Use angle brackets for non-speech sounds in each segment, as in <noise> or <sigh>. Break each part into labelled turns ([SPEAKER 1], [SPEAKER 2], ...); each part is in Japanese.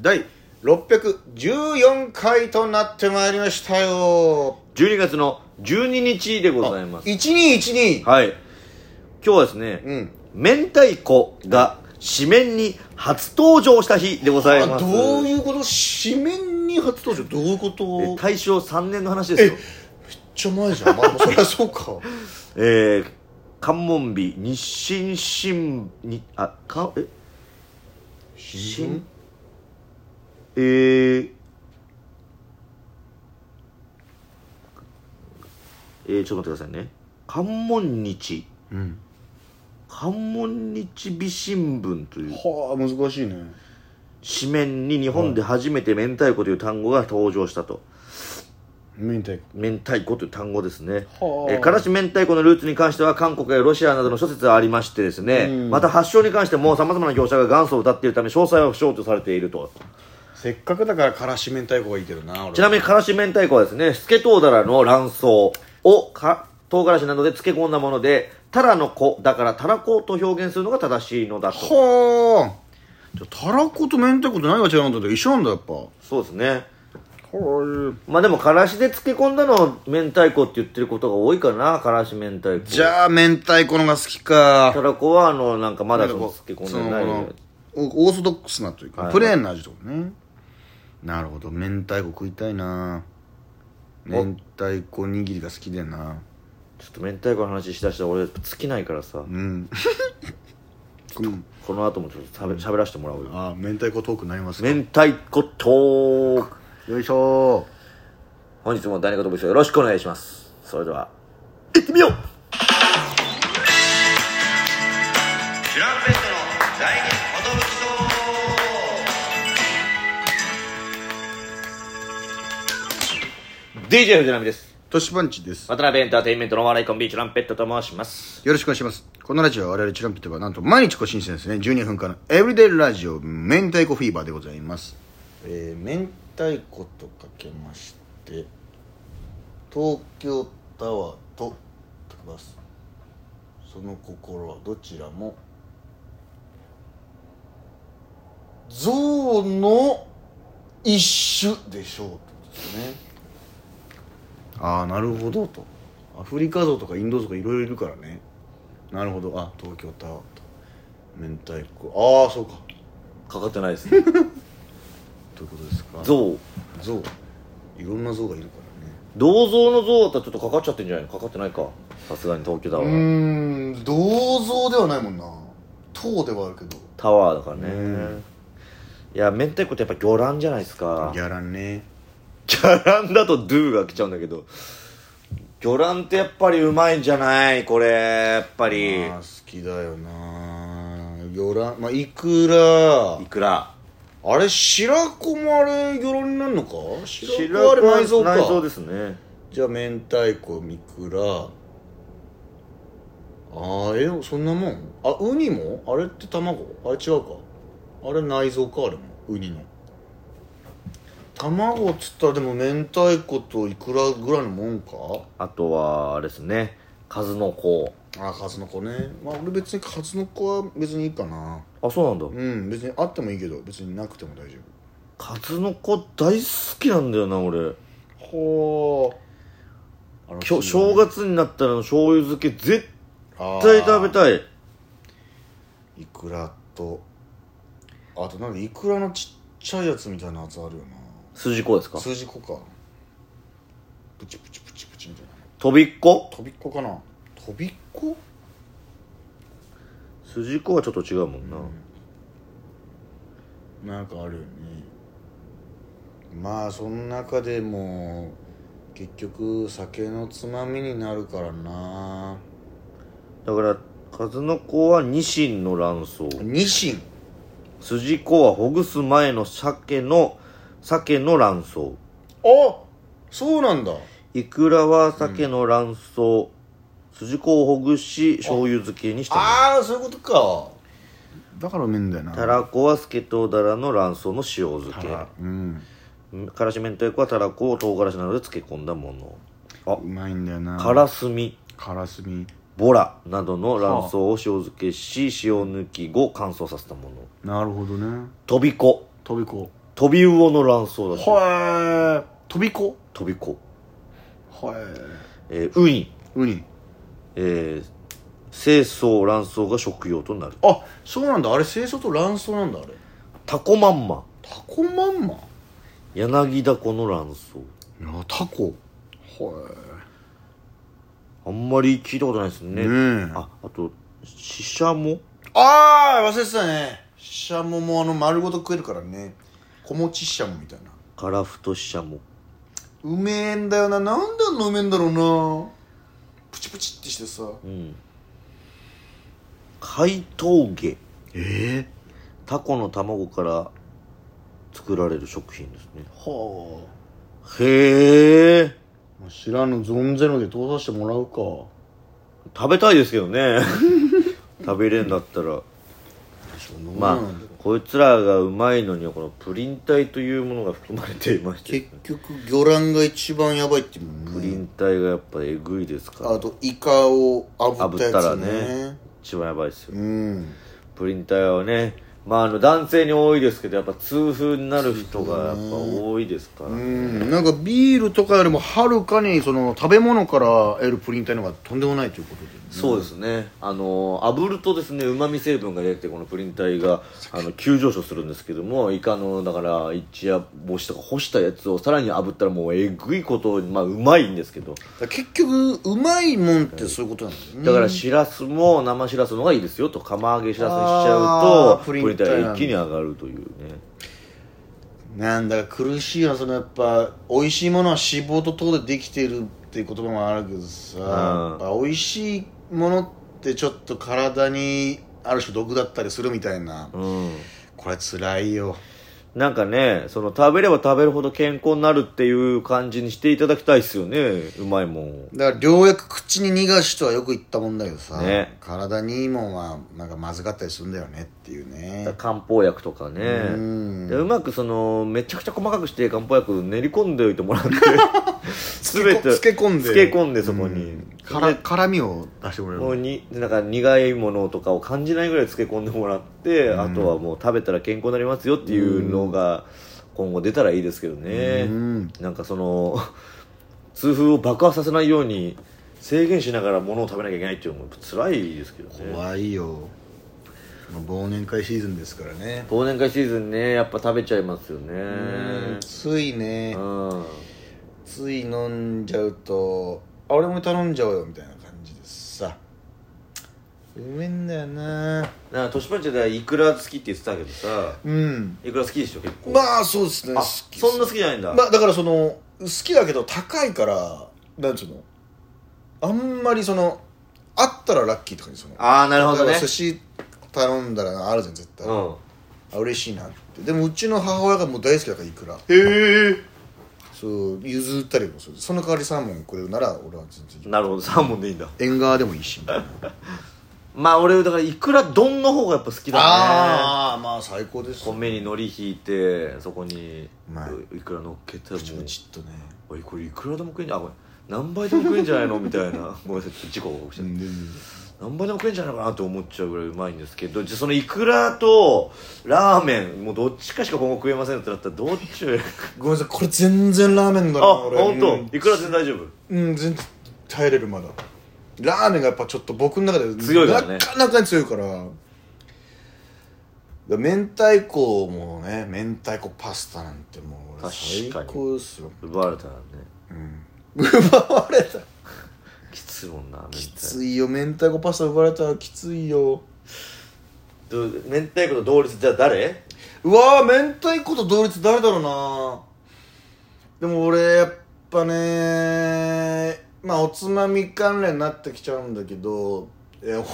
[SPEAKER 1] 第
[SPEAKER 2] 614回となってまいりましたよ
[SPEAKER 1] 12月の12日でございます
[SPEAKER 2] 1212
[SPEAKER 1] はい今日はですね、
[SPEAKER 2] うん
[SPEAKER 1] 明太子が紙面に初登場した日でござい
[SPEAKER 2] あ
[SPEAKER 1] ます
[SPEAKER 2] どういうこと紙面に初登場どういうこと
[SPEAKER 1] え
[SPEAKER 2] めっ
[SPEAKER 1] 大正3年の話ですよ
[SPEAKER 2] ちゃ前じゃん、まあ、そりゃそう
[SPEAKER 1] <laughs>
[SPEAKER 2] か
[SPEAKER 1] えー、関門日日清新にあかえ
[SPEAKER 2] 新
[SPEAKER 1] えーえー、ちょっと待ってくださいね関門日
[SPEAKER 2] うん
[SPEAKER 1] 関門日美新聞という
[SPEAKER 2] はあ難しいね
[SPEAKER 1] 紙面に日本で初めて明太子という単語が登場したと、
[SPEAKER 2] 明太
[SPEAKER 1] 明太子という単語ですね、
[SPEAKER 2] はあ
[SPEAKER 1] えーからし明太子のルーツに関しては韓国やロシアなどの諸説がありましてですね、
[SPEAKER 2] うん
[SPEAKER 1] また発祥に関してもさまざまな業者が元祖を歌っているため詳細は不詳とされていると
[SPEAKER 2] せっかくだからからし明太子がいいけどな俺
[SPEAKER 1] ちなみにからし明太子はですねスケトウダラの卵巣をか唐辛子などで漬け込んだものでタラの子だからタラコと表現するのが正しいのだと
[SPEAKER 2] はあじゃあたらこと明太子と何が違うんだって一緒なんだやっぱは
[SPEAKER 1] そうですね
[SPEAKER 2] あ
[SPEAKER 1] まあでもからしで漬け込んだのを明太子って言ってることが多いかなからし明太子
[SPEAKER 2] じゃあ明太子のが好き
[SPEAKER 1] タ
[SPEAKER 2] か
[SPEAKER 1] ラコはあのなんかまだその
[SPEAKER 2] こ
[SPEAKER 1] 漬
[SPEAKER 2] う
[SPEAKER 1] け込
[SPEAKER 2] そ
[SPEAKER 1] んで
[SPEAKER 2] の
[SPEAKER 1] な
[SPEAKER 2] こ
[SPEAKER 1] い
[SPEAKER 2] のオオーソドックスなというか、
[SPEAKER 1] はい
[SPEAKER 2] プレーンな味とかねなるほど明太子食いたいな明太子握りが好きでな
[SPEAKER 1] ちょっと明太子の話しだしたら俺尽きないからさ、
[SPEAKER 2] うん <laughs> うん
[SPEAKER 1] この後もちょっとしゃべ喋らせてもらおうよ
[SPEAKER 2] ああ明太子トークになりますね
[SPEAKER 1] 明太子トーク
[SPEAKER 2] よいしょ
[SPEAKER 1] 本日も第二言部長よろしくお願いしますそれでは行ってみよう
[SPEAKER 2] チュランペットの第二音吹
[SPEAKER 1] ー DJ 藤波です
[SPEAKER 2] トシパンチです
[SPEAKER 1] 渡辺エンターテインメントのお笑いコンビチュランペットと申します
[SPEAKER 2] よろしくお願いしますこのラジオは我々チュランペットがなんと毎日更新してるんですね12分間のエブリデイラジオ明太子フィーバーでございますえー、明太子とかけまして東京タワーと解きますその心はどちらも象の一種でしょうとですねああなるほどとアフリカゾウとかインドゾウとかいろいろいるからねなるほどあ東京タワーと明太子ああそうか
[SPEAKER 1] かかってないですね <laughs>
[SPEAKER 2] ということですか
[SPEAKER 1] 象
[SPEAKER 2] 象いろんな象がいるからね
[SPEAKER 1] 銅像の像だったらちょっとかかっちゃってんじゃないのかかってないかさすがに東京タワ
[SPEAKER 2] う
[SPEAKER 1] ー、
[SPEAKER 2] ーん銅像ではないもんな塔ではあるけど
[SPEAKER 1] タワーだからね、
[SPEAKER 2] うん
[SPEAKER 1] いや明太子ってやっぱ魚卵じゃないですか
[SPEAKER 2] やらんね
[SPEAKER 1] ギャランだとドゥが来ちゃうんだけど魚卵ってやっぱりうまいんじゃないこれやっぱり
[SPEAKER 2] あー好きだよな魚卵まあいくら
[SPEAKER 1] いくら
[SPEAKER 2] あれ白子もあれ魚卵になるのか白子あれ内臓か
[SPEAKER 1] 内臓ですね
[SPEAKER 2] じゃあ明太子いくらああえそんなもんあウニもあれって卵あれ違うかあれ内臓かあれもウニの卵っつったらでも明太子といくらぐらいのもんか
[SPEAKER 1] あとはあれですね数の子
[SPEAKER 2] あ数の子ねまあ俺別に数の子は別にいいかな
[SPEAKER 1] あそうなんだ
[SPEAKER 2] うん別にあってもいいけど別になくても大丈
[SPEAKER 1] 数の子大好きなんだよな俺
[SPEAKER 2] 夫ほう
[SPEAKER 1] きょ正月になったら醤油漬け絶対食べたい
[SPEAKER 2] いくらとあとなんかいくらのちっちゃいやつみたいなやつあるよ
[SPEAKER 1] 筋子ですか
[SPEAKER 2] な数字子かプチプチプチプチみたいな
[SPEAKER 1] とびっこ
[SPEAKER 2] 飛びっこかな飛びっこ
[SPEAKER 1] 筋子はちょっと違うもんな、
[SPEAKER 2] なんかあるよねまあその中でも結局酒のつまみになるからな
[SPEAKER 1] だから数の子はニシンの卵巣
[SPEAKER 2] ニシン
[SPEAKER 1] 筋子はほぐす前の鮭の鮭の卵巣
[SPEAKER 2] あそうなんだ
[SPEAKER 1] いくらは鮭の卵巣、筋子をほぐし醤油漬けにしたもの
[SPEAKER 2] ああそういうことかだからうめえんだよな
[SPEAKER 1] たらこはスケトウダラの卵巣の塩漬け
[SPEAKER 2] うん
[SPEAKER 1] うんからし明太子はたらこを唐辛子などで漬け込んだものあ
[SPEAKER 2] うまいんだよな
[SPEAKER 1] からすみ
[SPEAKER 2] からすみ
[SPEAKER 1] ボラなどの卵巣を塩漬けし塩抜き後乾燥させたもの
[SPEAKER 2] なるほどね
[SPEAKER 1] とびこと
[SPEAKER 2] びこ
[SPEAKER 1] 飛び魚の卵巣だし
[SPEAKER 2] はえ飛び子
[SPEAKER 1] 飛び子、
[SPEAKER 2] はえ
[SPEAKER 1] えーウニ、
[SPEAKER 2] ウニ
[SPEAKER 1] えー、清掃卵巣が食用となる
[SPEAKER 2] あそうなんだあれ清楚と卵巣なんだあれ
[SPEAKER 1] タコまんま
[SPEAKER 2] タコまんま
[SPEAKER 1] 柳田コの卵巣
[SPEAKER 2] いやタコは
[SPEAKER 1] あんまり聞いたことないです
[SPEAKER 2] え
[SPEAKER 1] ね、
[SPEAKER 2] ねえ
[SPEAKER 1] ああとシシャモ
[SPEAKER 2] ああ忘れてたねシシャモもあの丸ごと食えるからね小餅シシャモみたいな
[SPEAKER 1] カラフトシシャモ
[SPEAKER 2] うめえんだよななんであんなうめえんだろうなプチプチってしてさ
[SPEAKER 1] うん海峠
[SPEAKER 2] ええ
[SPEAKER 1] タコの卵から作られる食品ですね
[SPEAKER 2] は
[SPEAKER 1] へえ
[SPEAKER 2] あ知らぬ存ぜぬで通させてもらうか
[SPEAKER 1] 食べたいですけど
[SPEAKER 2] <laughs>
[SPEAKER 1] ね食べれんだったらまあこいつらがうまいのにはこのプリン体というものが含まれていまして
[SPEAKER 2] 結局魚卵が一番やばいっていうもん
[SPEAKER 1] プ
[SPEAKER 2] ね
[SPEAKER 1] リン体がやっぱえぐいですから
[SPEAKER 2] あとイカを炙った
[SPEAKER 1] 炙っ
[SPEAKER 2] やつね
[SPEAKER 1] たら一番やばいですよ
[SPEAKER 2] うん
[SPEAKER 1] プリン体はねまああの男性に多いですけどやっぱ痛風になる人がやっぱ多いですから、
[SPEAKER 2] うんなんかビールとかよりもはるかにその食べ物から得るプリン体の方がとんでもないということで、ね、
[SPEAKER 1] そうですねあの炙るとですねうまみ成分が出てこのプリン体があの急上昇するんですけどもイカのだから一夜干しとか干したやつをさらに炙ったらもうえぐいことまあうまいんですけど
[SPEAKER 2] だから結局うまいもんってそういうことなんだよね、
[SPEAKER 1] だからしらすも生しらすの方がいいですよと釜揚げしらすにしちゃう
[SPEAKER 2] あー
[SPEAKER 1] と
[SPEAKER 2] プ
[SPEAKER 1] プ
[SPEAKER 2] リ
[SPEAKER 1] リ
[SPEAKER 2] ン
[SPEAKER 1] ン
[SPEAKER 2] 体
[SPEAKER 1] 体
[SPEAKER 2] なんだ
[SPEAKER 1] が一気に上がるというね
[SPEAKER 2] なんだか苦しいなそのやっぱ美味しいものは脂肪と糖でできているっていう言葉もあるけどさ、やっぱ美味しいものってちょっと体にある種毒だったりするみたいな、
[SPEAKER 1] うん
[SPEAKER 2] これ辛いよ
[SPEAKER 1] なんかねその食べれば食べるほど健康になるっていう感じにしていただきたいですよねうまいもんを
[SPEAKER 2] だから良薬口に逃がしとはよく言ったもんだけどさ、
[SPEAKER 1] ね
[SPEAKER 2] 体にいいもんはなんかまずかったりするんだよねっていうね
[SPEAKER 1] 漢方薬とかね
[SPEAKER 2] うん
[SPEAKER 1] でうまくそのめちゃくちゃ細かくして漢方薬練り込んでおいても
[SPEAKER 2] <laughs>
[SPEAKER 1] らって全て
[SPEAKER 2] 漬け込んで
[SPEAKER 1] 漬け込んでそこに、
[SPEAKER 2] から辛みを出してくれ
[SPEAKER 1] もう
[SPEAKER 2] る
[SPEAKER 1] になんか苦いものとかを感じないぐらい漬け込んでもらって、あとはもう食べたら健康になりますよっていうのが今後出たらいいですけどね、
[SPEAKER 2] うん
[SPEAKER 1] なんかその痛風を爆破させないように制限しながらものを食べなきゃいけないっていうのも辛いですけどね
[SPEAKER 2] 怖いよもう忘年会シーズンですからね
[SPEAKER 1] 忘年会シーズンねやっぱ食べちゃいますよね
[SPEAKER 2] ついね
[SPEAKER 1] うん
[SPEAKER 2] つい飲んじゃうとあ俺も頼んじゃおうよみたいな感じでさうめえんだよな
[SPEAKER 1] なんか年パンチではいくら好きって言ってたけどさ
[SPEAKER 2] うん
[SPEAKER 1] いくら好きでしょ結構
[SPEAKER 2] まあそうですね
[SPEAKER 1] あ
[SPEAKER 2] 好き
[SPEAKER 1] そんな好きじゃないんだ、
[SPEAKER 2] まあだからその好きだけど高いからなんつうのあんまりそのあったらラッキーとかにその
[SPEAKER 1] ああなるほど
[SPEAKER 2] 例
[SPEAKER 1] ね
[SPEAKER 2] えば寿司頼んだらあるじゃん絶対、
[SPEAKER 1] う
[SPEAKER 2] あ
[SPEAKER 1] ん
[SPEAKER 2] 嬉しいなってでもうちの母親がもう大好きだからいくら
[SPEAKER 1] へえ
[SPEAKER 2] そう譲ったりもするその代わりサーモンくれるなら俺は全然
[SPEAKER 1] なるほどサーモンでいいんだ
[SPEAKER 2] 縁側でも
[SPEAKER 1] <laughs>
[SPEAKER 2] いいしみたいな
[SPEAKER 1] まあ俺だからいくら丼の方がやっぱ好きだね
[SPEAKER 2] ああまあ最高です
[SPEAKER 1] 米に海苔引いてそこに
[SPEAKER 2] うまい
[SPEAKER 1] いくら乗っけても
[SPEAKER 2] プチプチっとね
[SPEAKER 1] おいこれいくらでも食えんじゃんあごめん何倍でも食えんじゃないのみたいな <laughs> ごめんなさい事故が起きちゃった何倍でも食えんじゃないかなと思っちゃうぐらいうまいんですけどじゃあそのいくらとラーメンもうどっちかしか今後食えませんってなったらどっち
[SPEAKER 2] <laughs>
[SPEAKER 1] を
[SPEAKER 2] ごめんなさいこれ全然ラーメンだな
[SPEAKER 1] あ
[SPEAKER 2] 俺
[SPEAKER 1] 本
[SPEAKER 2] うん
[SPEAKER 1] 当いくら全然大丈夫
[SPEAKER 2] うん全然耐えれるまだラーメンがやっぱちょっと僕の中で
[SPEAKER 1] 強いからね
[SPEAKER 2] なかなかに強いからだから明太子もね明太子パスタなんてもう俺最
[SPEAKER 1] 確かに
[SPEAKER 2] 高ですよ <laughs>
[SPEAKER 1] 奪われたらね
[SPEAKER 2] 奪われた
[SPEAKER 1] きついもんな明
[SPEAKER 2] き
[SPEAKER 1] 太
[SPEAKER 2] ついよ明太子パスタ奪われたらきついよ
[SPEAKER 1] 子ど明太子と同率じゃあ誰
[SPEAKER 2] うわー明太子と同率誰だろうなでも俺やっぱねまあおつまみ関連になってきちゃうんだけどえお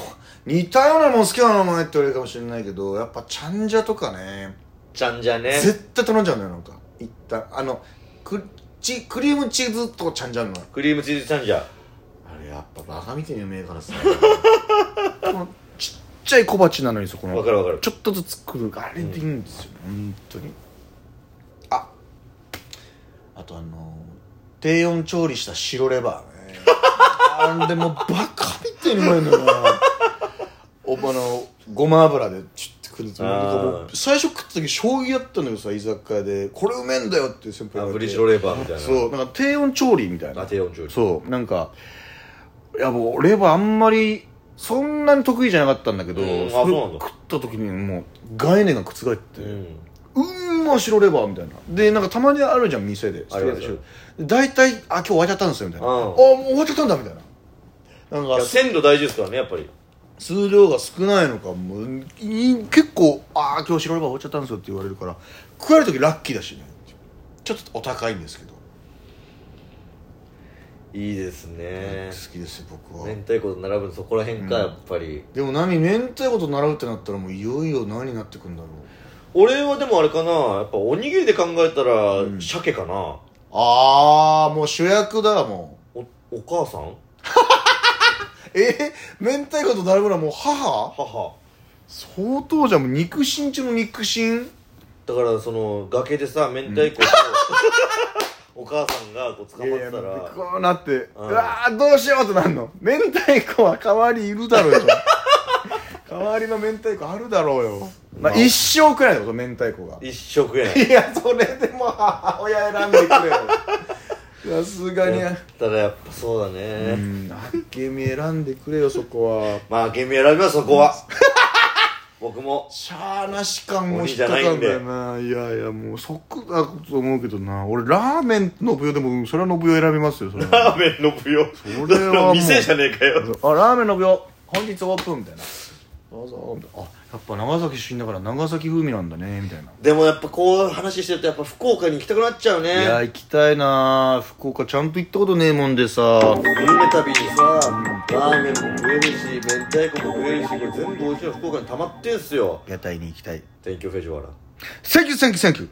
[SPEAKER 2] 似たようなもん好きなのお前って言われるかもしれないけどやっぱちゃんじゃとかね
[SPEAKER 1] ちゃんじゃね
[SPEAKER 2] 絶対頼んじゃうんだよなんか一旦あのくちクリームチーズとちゃんじゃんの
[SPEAKER 1] クリームチーズちゃんじゃ
[SPEAKER 2] あれやっぱバカみてにうめえからさ <laughs> このちっちゃい小鉢なのにそこの
[SPEAKER 1] わかるわかる
[SPEAKER 2] ちょっとずつ作るあれでいいんですよ、本当にああとあの低温調理した白レバーねあれもうバカみてえにうまいのよなおあのごま油でちょっとくるんですよなんかもう
[SPEAKER 1] あー
[SPEAKER 2] 最初食った時将棋やったのよさ居酒屋でこれうめえんだよっていう先輩
[SPEAKER 1] あ
[SPEAKER 2] が
[SPEAKER 1] ブリッジロレーバーみたいな
[SPEAKER 2] そうなんか低温調理みたいな
[SPEAKER 1] あ低温調理
[SPEAKER 2] そうなんかいやもうレバーあんまりそんなに得意じゃなかったんだけど、
[SPEAKER 1] うんあ
[SPEAKER 2] それ
[SPEAKER 1] そうなんだ
[SPEAKER 2] 食った時にもう概念が覆って、
[SPEAKER 1] うん
[SPEAKER 2] うんま白レバーみたいなでなんかたまにあるじゃん店で
[SPEAKER 1] ありますよ
[SPEAKER 2] 大体「あ今日終わっちゃったんですよ」みたいな「
[SPEAKER 1] うん
[SPEAKER 2] あもう終わっちゃったんだ」みたいななん
[SPEAKER 1] い
[SPEAKER 2] か
[SPEAKER 1] や鮮度大事ですからねやっぱり
[SPEAKER 2] 数量が少ないのかもうい結構「ああ今日白レバー終わっちゃったんですよ」って言われるから食われる時ラッキーだしねちょっとお高いんですけど
[SPEAKER 1] いいです
[SPEAKER 2] 好
[SPEAKER 1] ね
[SPEAKER 2] きですよ僕は
[SPEAKER 1] 明太子と並ぶのそこら辺か、やっぱり
[SPEAKER 2] でも何明太子と習うってなったらもういよいよ何になってくんだろう
[SPEAKER 1] 俺はでもあれかなやっぱおにぎりで考えたら、鮭かな
[SPEAKER 2] ああもう主役だも
[SPEAKER 1] おお母さん
[SPEAKER 2] うえ明太子と並ぶのはもう母
[SPEAKER 1] 母
[SPEAKER 2] 相当じゃんもう肉親中の肉親
[SPEAKER 1] だからその崖でさ明太子と、お母さんがこう捕まってた
[SPEAKER 2] いやいや
[SPEAKER 1] ら
[SPEAKER 2] こうなって、う
[SPEAKER 1] うん
[SPEAKER 2] わーどうしようってなるの明太子は代わりいるだろうよ <laughs> 代わりの明太子あるだろうよ、まあ、
[SPEAKER 1] まあ
[SPEAKER 2] 一生くらいだこと明太子が
[SPEAKER 1] 一生食えない
[SPEAKER 2] いやそれでも母親選んでくれよ <laughs> さすがに
[SPEAKER 1] やったらやっぱそうだね、
[SPEAKER 2] うんあっけみ選んでくれよそこは
[SPEAKER 1] まあ君選びますそこは僕も
[SPEAKER 2] しゃーなし感も引っかかるんだよないやいやもう即だと思うけどな俺ラーメンのぶよでもそれはのぶよ選びますよそれは
[SPEAKER 1] ラーメンの舞踊
[SPEAKER 2] <laughs> それはもう
[SPEAKER 1] 店じゃねえかよ
[SPEAKER 2] あラーメンの秒本日オープンみたいなどうぞみたいなあやっぱ長崎出身だから長崎風味なんだねみたいな
[SPEAKER 1] でもやっぱこう話してるとやっぱ福岡に行きたくなっちゃう
[SPEAKER 2] いや
[SPEAKER 1] ね
[SPEAKER 2] 行きたいな福岡ちゃんと行ったことねえもんでさ
[SPEAKER 1] グルメ旅にさラーメンも食えるし明太子も食えるしこれ全部おうちの福岡に溜まってんすよ
[SPEAKER 2] 屋台に行きたい
[SPEAKER 1] Thank you フェジュアラ
[SPEAKER 2] Thank you thank you thank you